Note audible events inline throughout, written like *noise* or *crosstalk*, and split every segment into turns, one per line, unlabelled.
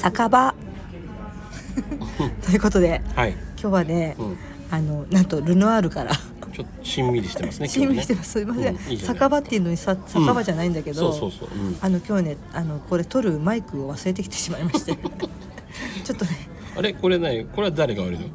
酒
*laughs*
場ということで
はい、
今日はね、
うん、
あのなんとルノアールから
ちょっとしんみりしてます
*laughs*
ね
親身して
ま
ますすいません、
うんいいじゃない
酒場っていうのにさ酒場じゃないんだけど、
そうそうそう、うん、
あの今日ねあのこれ撮るマイクを忘れてきてしまいまして
*laughs*
ちょっとね
あれこれ何これは誰が悪いの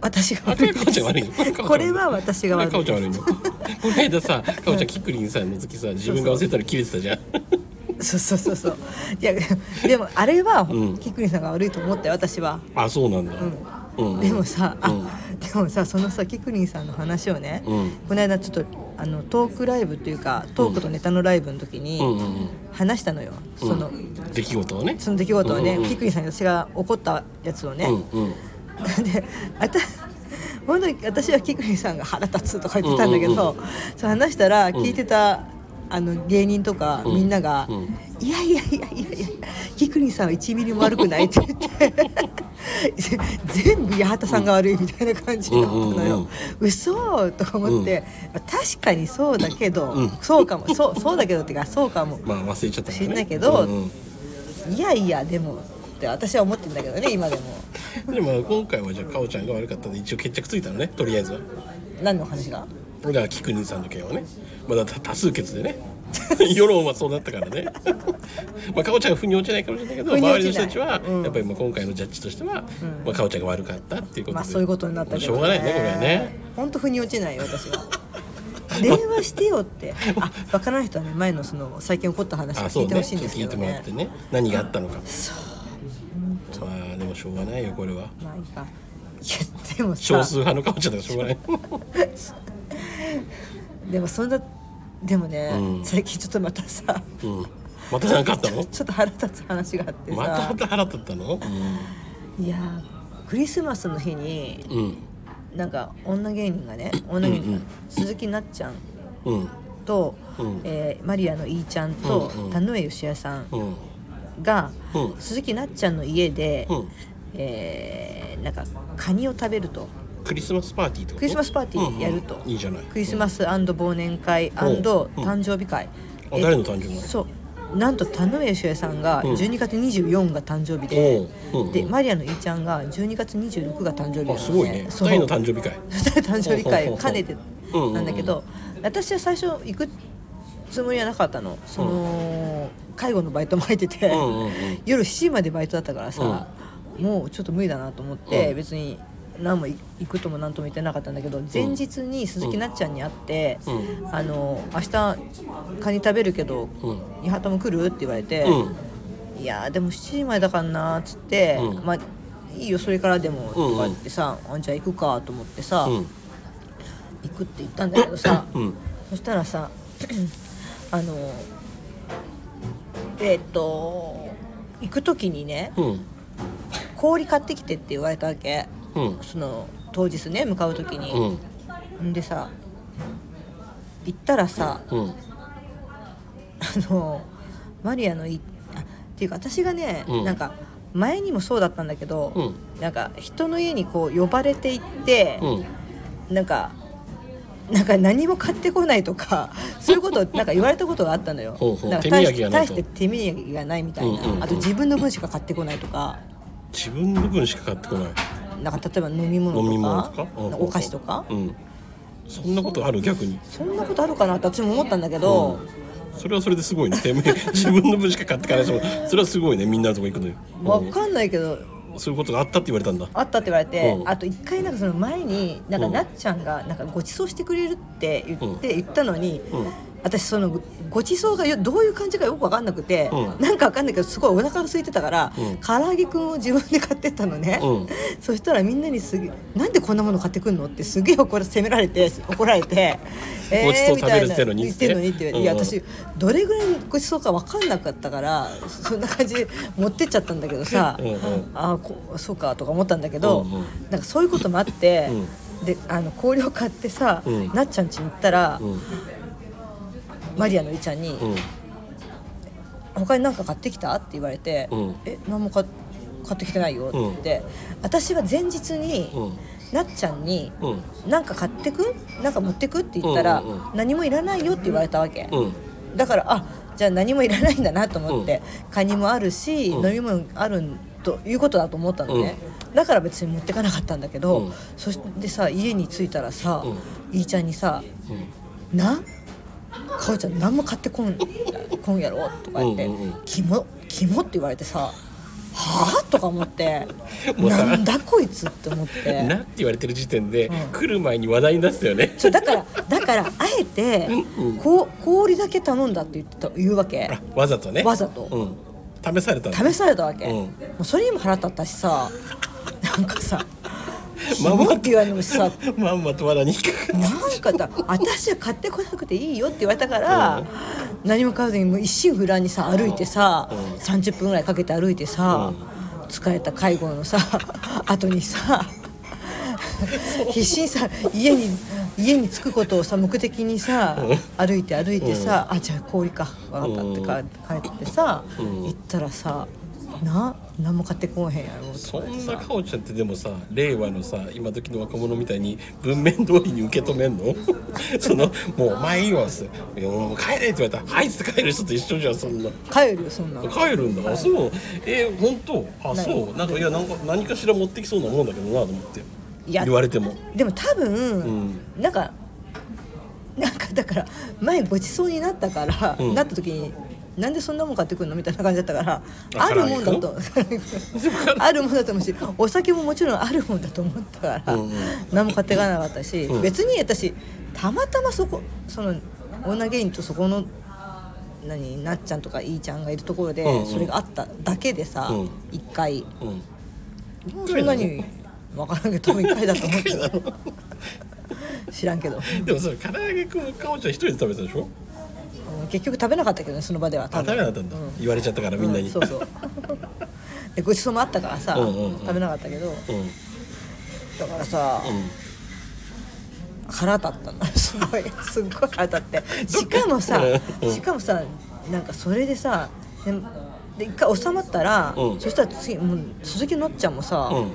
私が
あ
悪
れ
い
かおちゃん
*laughs*
悪いのこれかおちゃん悪い
これ
の
は私が悪
かお
い
ちゃん悪いの *laughs* この間さかおちゃんキックリンさんの時さ自分が忘れたら切れてたじゃん
そうそうそうそういやでもあれは、
うん
キックリンさんが悪いと思ったよ私は、
あそうなんだ、うんうん、
でもさ、あ
うん
でもさそのさキックリンさんの話をね、
うん
この間ちょっとあのトークライブというかトークとネタのライブの時
うん
に
うんうん
話したのよ、その
出来事をね
その出来事をね、
うんうんうん
キックリンさんに私が怒ったやつをね、
うんうん
*laughs* であた本当に私はキクリンさんが腹立つとか言ってたんだけど、そう話したら聞いてた、あの芸人とかみんなが「
うんうん
いやいやいやいやいやキクリンさんは1ミリも悪くない」って言って *laughs* 全部八幡さんが悪いみたいな感じだったの
うんうんうん
よ。嘘とか思って、まあ確かにそうだけど、
うん
そうかもそうそうだけどっていうかそうかも
まあ忘れちゃったから
知
ね
んないけど
うん
いやいやでもって私は思ってんだけどね今でも
うんでも今回はじゃあかおちゃんが悪かったんで一応決着ついたのねとりあえずは
何の話が
だからキクリンさんの件はねまだ多多数決でね *laughs* 世論はそうなったからね *laughs* まあかおちゃんは腑に落ちないかもしれないけど
腑に
周
落
りの
ち
人
ない
たちは、
うん
やっぱりまあ今回のジャッジとしては、まあ、かおちゃんが悪かったっていうことで、
まあそういうことになったけど、ね、
しょうがないねこれはね
本当腑に落ちないよ私は *laughs* 電話してよ
*laughs*
ってあわからない人はね前のその最近起こった話を
あそ
聞
う
いて
ね
ほしいんです
聞
け
いて
ど
もら
ね
ってね何があったのかまあでもしょうがないよこれは
まあいいかいやでも
少
さ
数派のかおちゃんだからしょうがない
でもそんなでもね、
うん
最近ちょっとまたさ
うんまた何かあったの
ちょっと腹立つ話があってさ、
またまた腹立ったの
いやークリスマスの日に
うん
なんか女芸人がね女芸人、
うんうん
鈴木なっちゃん
うん
と、
うん
えーマリアのイーちゃんと、
うんうん
田上義也さん
うん
が、
うん
鈴木なっちゃんの家で、
うん
えーなんかカニを食べると
クリスマスパーティーってこと
クリスマスパーティーやると
うんうんいいじゃない
クリスマス忘年会
うん
誕生日会、
あ
え
誰の誕生日なの
そうなんと田上秀さんが
うん
12月24が誕生日で、
おううんうん
でマリアのいーちゃんが12月26が誕生日なの、
あすごいね二
そう
人の誕生日会
二人の誕生日会を兼ねて
うんうんうん
なんだけど、私は最初行くつもりはなかったのその、介護のバイトも入ってて、
うんうんうん
夜7時までバイトだったからさ、もうちょっと無理だなと思って、
うん
別に何も行くとも何とも言ってなかったんだけど前日に鈴木なっちゃんに会って「
う
あの明日カニ食べるけど
うん
八幡、も来る?」って言われて
うん
「いやーでも7時前だからな」っつって「
うん
まあいいよそれからでも」
うんう
と
ん
か言ってさ「あんじゃあ行くか」と思ってさ、
うん
行くって言ったんだけどさ、
うん
そしたらさ *clears throat* あのえーっ、と行く時にね
うん
氷買ってきてって言われたわけ
うん
その当日ね向かう時
う
に、
ん
ん、でさ行ったらさ
うん
あのマリアのいあっていうか私がね、
うん
なんか前にもそうだったんだけど、
うん
なんか人の家にこう呼ばれて行って、
うん
なんかなんか何も買ってこないと
*laughs*
かそういうことをなんか言われたことがあったのよ
ほうほう
なんか
手
大
土
し
産
て
がな
大
いと
して手土産がないみたいな、
うんうんうん
あと自分の分しか買ってこないとか
自分の分しか買ってこない
なんか例えば飲み物とか
飲み物とかうん
お菓子とか、
うんそんなことある逆に
そんなことあるかなって私も思ったんだけど、
それはそれですごいねてめえ自分の分しか買ってかない人それはすごいねみんなのとこ行くのよ
わかんないけど
うんそういうことがあったって言われたんだ
あったって言われて、
うん
あと一回なんかその前になんか
うん
なっちゃんがなんかご馳走してくれるって言って、
う
言ったのに、
うん
私そのごご馳走がよどういう感じかよく分かんなくて、
うん
なんか分かんないけどすごいお腹が空いてたから、
うん
唐揚げくんを自分で買ってったのね、
う
*laughs* そしたらみんなにすげえ「なんでこんなもの買ってくんの?」ってすげえ怒ら責められて怒られ
*laughs*
て「
ごちそう食べる
み
ったて
いな
のに
言ってんのに」って言われて「いや
うんうん
私どれぐらいごちそうか分かんなかったからそんな感じで持ってっちゃったんだけどさ、
うんうん
ああこそうかとか思ったんだけど、
うんうん
なんかそういうこともあって、であの氷を買ってさ、
うん
なっちゃん家に行ったら、
うん
マリアのりちゃんに、
うん
他に何か買ってきた?」って言われて「
うん
え何も買っ買ってきてないよ」って言って、私は前日に、
うん
なっちゃんに
うんうん
「なんか買ってくなんか持ってく?」って言ったら、
うんうんう
何もいらないよ」って言われたわけ、
うん
だからあじゃあ何もいらないんだなと思って、カニもあるし、
うん
飲み物あるということだと思ったのね、だから別に持ってかなかったんだけど、
うん
そしてさ家に着いたらさ、
う
いいちゃんにさ「なかおちゃん何も買ってこんこんやろ」とか言って
うんうんうん
「キモキモ」って言われてさ「はあ?」とか思って
*laughs*
「
もうさ
なんだこいつ」って思って。
なって言われてる時点で、
うん
来る前に話題になってたよね。
そうだからだからあえて
うんうん
こう氷だけ頼んだって言ってた言うわけ
あわざとね。
わざと
うん、試されたの。
試されたわけ、
うん
もうそれにも腹立ったしさなんか
*laughs*
さ「
まん
も
ま
って言われるのしさ
まんまと罠に引っかかっ
なんかだ私は買ってこなくていいよって言われたから、何も買わずにもう一心不乱にさ歩いてさ、
うん
30分ぐらいかけて歩いてさ、疲れた介護のさ *laughs* 後にさ必死にさ家に家に着くことをさ目的にさ、歩いて歩いてさ、あじゃあ氷か分かったってか帰ってさ、
うん
行ったらさな何も買ってこうへんやろと
そ
か言って
ん
さ
なかおちゃんってでもさ令和のさ今時の若者みたいに文面通りに受け止めんの *laughs* そのもう「お前いいわ」っつって「いやもう帰れ」って言われたら「はい」っつって帰る人と一緒じゃんそんな
帰るよそんなの
帰るんだあそうえー、本当あ
ない
そうなんかいやなんか何かしら持ってきそうなもんだけどなと思って
いや
言われても
でも多分、なんかなんかだから前ごちそうになったから、
うん
なった時になんでそんなもん買ってくるのみたいな感じだったから
あ
あるもんだと *laughs* あるもんだと思うしお酒ももちろんあるもんだと思ったから、
うんうん
何も買っていかなかったし、
うん
別に私たまたまそこその女芸人とそこの何なっちゃんとかいいちゃんがいるところで、
うんうん
それがあっただけでさ、
うん
一回
うん
もうそんなに分からんけど多分1回だと思うけど知らんけど
でもそれ唐揚げくんもかおちゃん一人で食べたでしょ
うん結局食べなかったけどねその場では
あ食べなかったんだ、言われちゃったからみんなに、
うそうそうでごちそうもあったからさ、
うんうんうん
食べなかったけど
うん、うん
だからさ、腹立ったの *laughs* すごいすっごい腹立ってしかもさ
うん
しかもさなんかそれでさでで一回収まったら、
うん
そしたら次もう鈴木のっちゃんもさ、
うん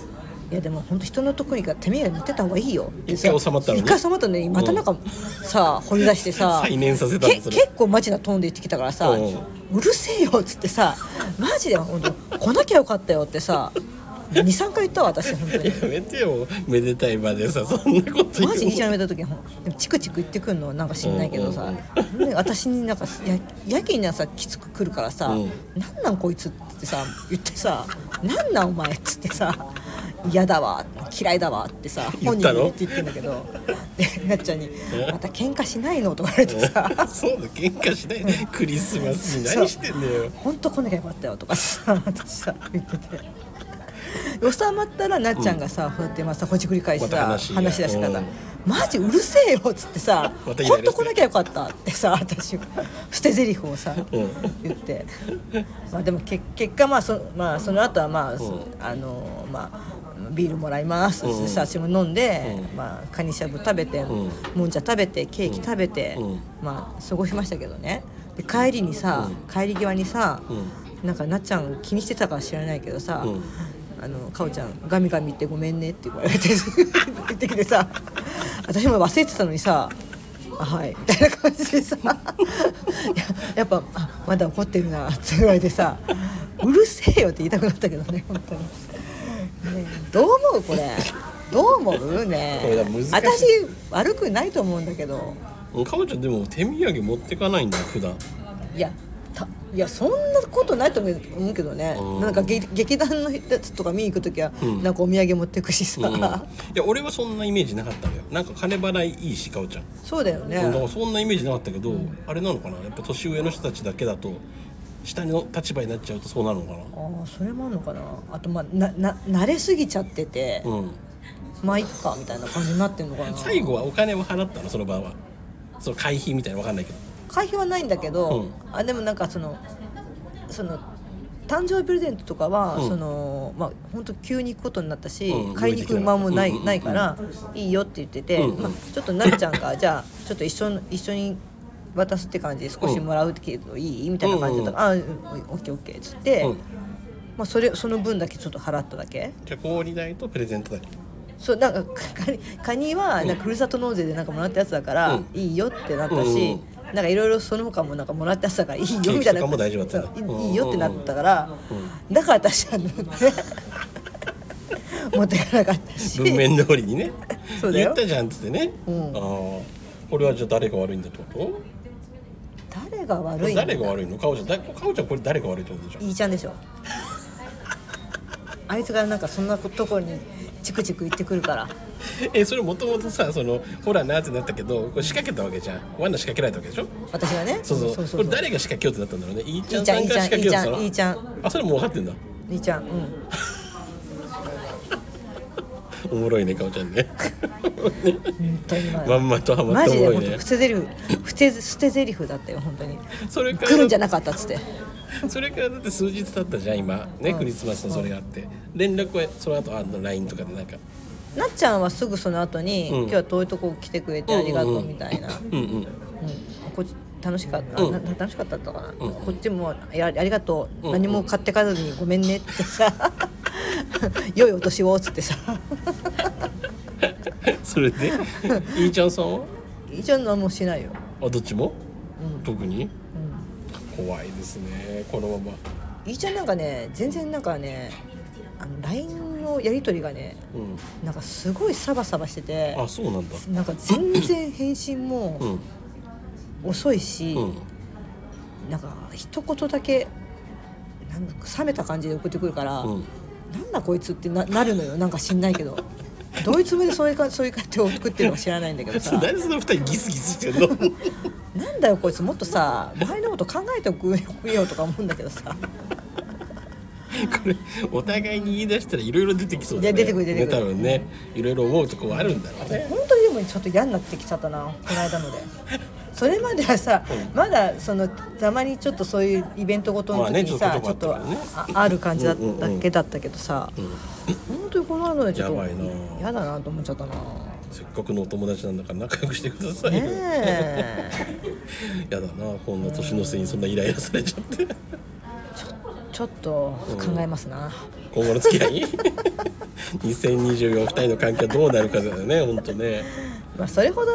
いやでも本当人のとこにが手目が似てた方がいいよって
一回収まったのに
一回収まったのにまたなんか、さ掘り出してさ
*laughs* 再燃させたの
け
それ
結構マジなトーンで言ってきたからさ「
うん
うるせえよ」っつってさ「マジで本当来なきゃよかったよ」ってさ23回言ったわ私本当に。
やめてよめでたい場でさそんなこと言う
マジいいじゃん見た時にほんでもチクチク言ってくるのはなんか知んないけどさ、
うん
ね私になんかややけになさきつくくるからさ「
うん
なんなんこいつ」ってさ言ってさ「なんなんお前」っつってさ「嫌だわ嫌いだわ」ってさ
言
本
っ
人
た
に
の
言って言ってんだけどでなっちゃんに「また喧嘩しないの?」とか言われてさ
そうだ喧嘩しな
*laughs*
いでクリスマスに何してんだよ
「ほんと来なきゃよかったよ」とかさ私さ言ってて。収まったらなっちゃんがさ、こうやってまたほじくり返し
また
た
話が
話し出してからさ
うん
「マジうるせえよ」っつってさ「
またイラ
ほ
イ
ん
ラして
と来なきゃよかった」ってさ私捨て台詞をさ、
うん
言ってまあでも結結果まあそ,、まあ、その後はまあ、そ
うん
あのまあビールもらいます、
うん
さ私も飲んで、
うん
まあ、カニしゃぶ食べて、
うん
もんじゃ食べてケーキ食べて、
うん
まあ過ごしましたけどねで帰りにさ、帰り際にさ、
う
なんかなっちゃん気にしてたか知らないけどさ、
うん
あのかおちゃん「ガミガミってごめんね」って言われ
*laughs*
て言ってきてさ私も忘れてたのにさ「あはい」みたいな感じで
*laughs*
さ「いややっぱあまだ怒ってるな」って言われてさ「うるせえよ」って言いたくなったけどね本当に。ねえどう思うこれどう思うね
これだ難しい
私悪くないと思うんだけど
うんかおちゃんでも手土産持ってかないんだよ普段
いやたいやそんなことないと思うけどね
うん
なんか劇劇団のやつとか見に行く時は
うん
なんかお土産持ってくしさ、 *laughs*
うん、いや俺はそんなイメージなかったのよなんか金払いいいしかおちゃん、
そうだよね、
だからそんなイメージなかったけど、あれなのかなやっぱ年上の人たちだけだと下の立場になっちゃうとそうなのかな
ああそれもあるのかなあとまあなな慣れすぎちゃってて、
うん
まあいっかみたいな感じになってんのかな
最後はお金を払ったのその場はその会費みたいなわかんないけど
会費はないんだけど、
う
あでもなんかそのその誕生日プレゼントとかは、
うん
そのまあ本当急に行くことになったし、
うん
買いに行く間もない、
うんうんうん
ないから、いいよって言ってて、
うんうん
まあ、ちょっとなっちゃんがじゃあちょっと一緒に一緒に渡すって感じで少しもらうけどいいみたいな感じだったから、あうんオッケーオッケーっつって、
うん
まあそれその分だけちょっと払っただけ。
じゃあ氷代とプレゼント
*laughs*
だけ
そうなんかカニカニはなんかふるさと納税でなんかもらったやつだから、
うん
いいよってなったし、なんかいろいろその他もなんかもらってたからいい
*laughs*
よみたいな
ケーキとかも大丈夫だったんだ
そういいいいよってなったから、だから私は、ね、 *laughs* 持っていかなかったし
文面通りにね
そうだ
言
よ
ったじゃんっつってね、
ん
あーこれはじゃあ誰が悪いんだってこと
誰が
こ
悪
れ
いの
誰が悪いのかおちゃんだかおちゃんこれ誰が悪いってことでしょ
いいちゃんでしょあいつがなんかそんなところにチクチク言ってくるから
えそれもともとさそのほらなってなったけどこれ仕掛けたわけじゃん罠仕掛けられたわけでしょ
私がね
そうそう
そう
これ誰が仕掛けようってなったんだろうねいいちゃん
いいち
さ
ゃん
んが仕掛けようってなったの
いいちゃんいいち
あそれもう分かってんだ
いいちゃんうん
おもろいねかおちゃんね
本当にまあ
まんまとハマ
マ
って
ジ
お
で
もろ
本
い
当
ね
捨てゼリフ捨て捨てゼリフだったよ本当に
それか
来るんじゃ
ら
なかったっつって
それからだって数日経ったじゃん今ね、クリスマスのそれがあって連絡はその後あの LINE とかでなんか
なっちゃんはすぐその後に、
うん
今日は遠いとこ来てくれてありがとうみたいな、うん
うんうん
こっち楽しかった、
うん
な楽しかっただったかな、
うん
こっちもいやありがとう、
うん
何も買ってかずにごめんねってさ *laughs* 良いお年をっつってさ
そ
*laughs*
れでいいちゃんさんは
一応何もしないよ
あどっちも、特に、怖いですねこのまま
いいちゃんなんかね全然なんかねあの LINE のやり取りがね
う
なんかすごいサバサバしてて
んあそうなんだ
なんか全然返信も
うん
遅いし、
うん
なんか一言だけなんか冷めた感じで送ってくるから、
うん
なんだこいつってななるのよなんか知んないけどどういうつもりでそういうかそういう感じで送ってるのか知らないんだけど
それ
さ
*laughs* 何でその二人ギスギスして
*laughs*
んの
なんだよこいつもっとさ周りのこと考えておくよとか思うんだけどさ
これお互いに言い出したらいろいろ出てきそうだね
いや出てくる出てくる
ね多分ねいろいろ思うとこはあるんだろうね
本当にでもちょっと嫌になってきちゃったなこの間ので。それまではさ、まだそのたまにちょっとそういうイベントごとの時にさ、
まあね
ち
ち
ょ
ょ
っ
っ
と
と
あ,、
ことがあった
る感じだっ
うんうんうん
だけだったけどさ、本当にこの間のでちょっと
やばいな
嫌だなと思っちゃった
*laughs*
な。
せっかくのお友達なんだから仲良くしてください
ね
よ、
え
やだなこんな年のせいにそんなイライラされちゃって
ちょっと考えますな。
今後の付き合
*laughs*
い2024二人の関係はどうなるかだよね本当ね
まあそれほど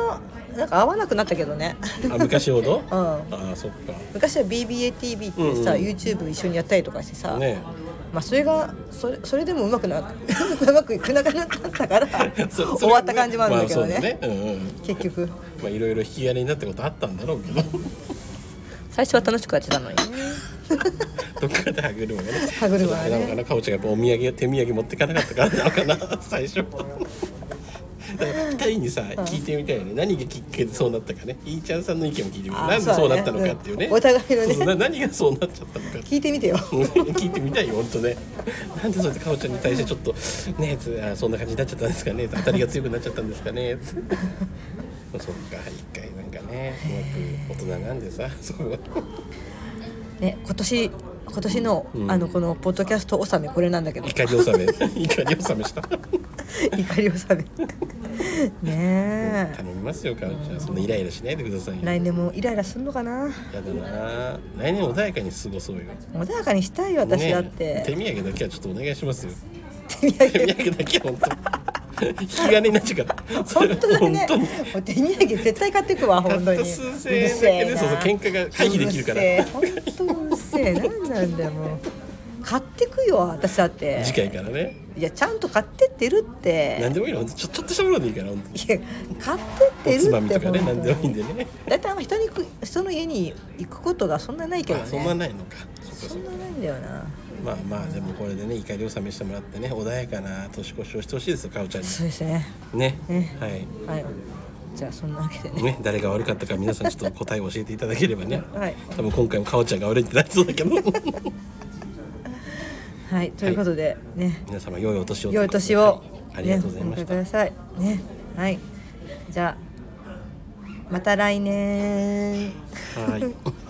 なんか合わなくなったけどね
あ昔
*laughs*
ほど、
うん
ああそっか
昔は BBATV ってさ、
うんうん
YouTube 一緒にやったりとかしてさ、
ね
まあそれがそれそれでもうまくな *laughs* うまくいくなくなったから
*laughs* そ
終わった感じもあるんだけどね,、
まあ、そうだねうんうん
結局
まあいろいろ引き金になったことあったんだろうけど *laughs*
最初は楽しくやってたのにね
どっかで歯車がね
歯車がね
ちょっとあれなのかなかおちゃんがやっぱお土産手土産持ってかなかったからなのかな最
*laughs*
初だから二人にさ聞いてみたいよね何がきっかけでそうなったかねいーちゃんさんの意見も聞いてみ
あ
た
ー
いなんでそうなったのかっていうね
そうだねうんお互いのね
そうな何がそうなっちゃったのかって
聞いてみてよ
*laughs* 聞いてみたいよ本当ねなんでそうやってかおちゃんに対してちょっとねつあそんな感じになっちゃったんですかね当たりが強くなっちゃったんですかね *laughs* つそっか一回なんかねうまく大人なんでさそこは
ね今年今年の、あのこのポッドキャスト納めこれなんだ *laughs* けど
怒り納め *laughs* 怒り納めした
怒り納めね
頼みますよかおちゃんそんなイライラしないでください
え
よや
来年もイライラするのかな
だな来年穏やかに過ごそうよ
穏やかにしたいよ私
ねえ
だって、
手土産だけはちょっとお願いしますよ
手土
手
産
土産だけは本当引き金になっちゃうから
本当だね
*laughs* 本当に
お手土産絶対買ってくわ本当
たっ
に
た数千円だけでそうそう喧嘩が回避できるから
本当うるせえ何なんだよもう買ってくよ私だって
次回からね
いやちゃんと買ってってるって
何でもいいのほんとちょちょっとしたものでいいから本当に
いや買ってってるって
おつまみとかね
本
何
当
でもいいんでね
だいたいあんま人に行く人の家に行くことがそんなないけど
あ
ね
そんなないのかそっかそっか
そんなないんだよな
まあまあでもこれでね怒り納めしてもらってね穏やかな年越しをしてほしいですよかおちゃんに
そうですね
ね
ね
はい
はいじゃあそんなわけでね
ね、誰が悪かったか皆さんちょっと答えを教えていただければね、
*laughs* はい
多分今回もかおちゃんが悪いってなりそうだ
*laughs*
けど
はいということでね
皆様良いお年を
良い年を、
ありがとうございまし
ねお
た、
迎えくださいねはいじゃあまた来年
はい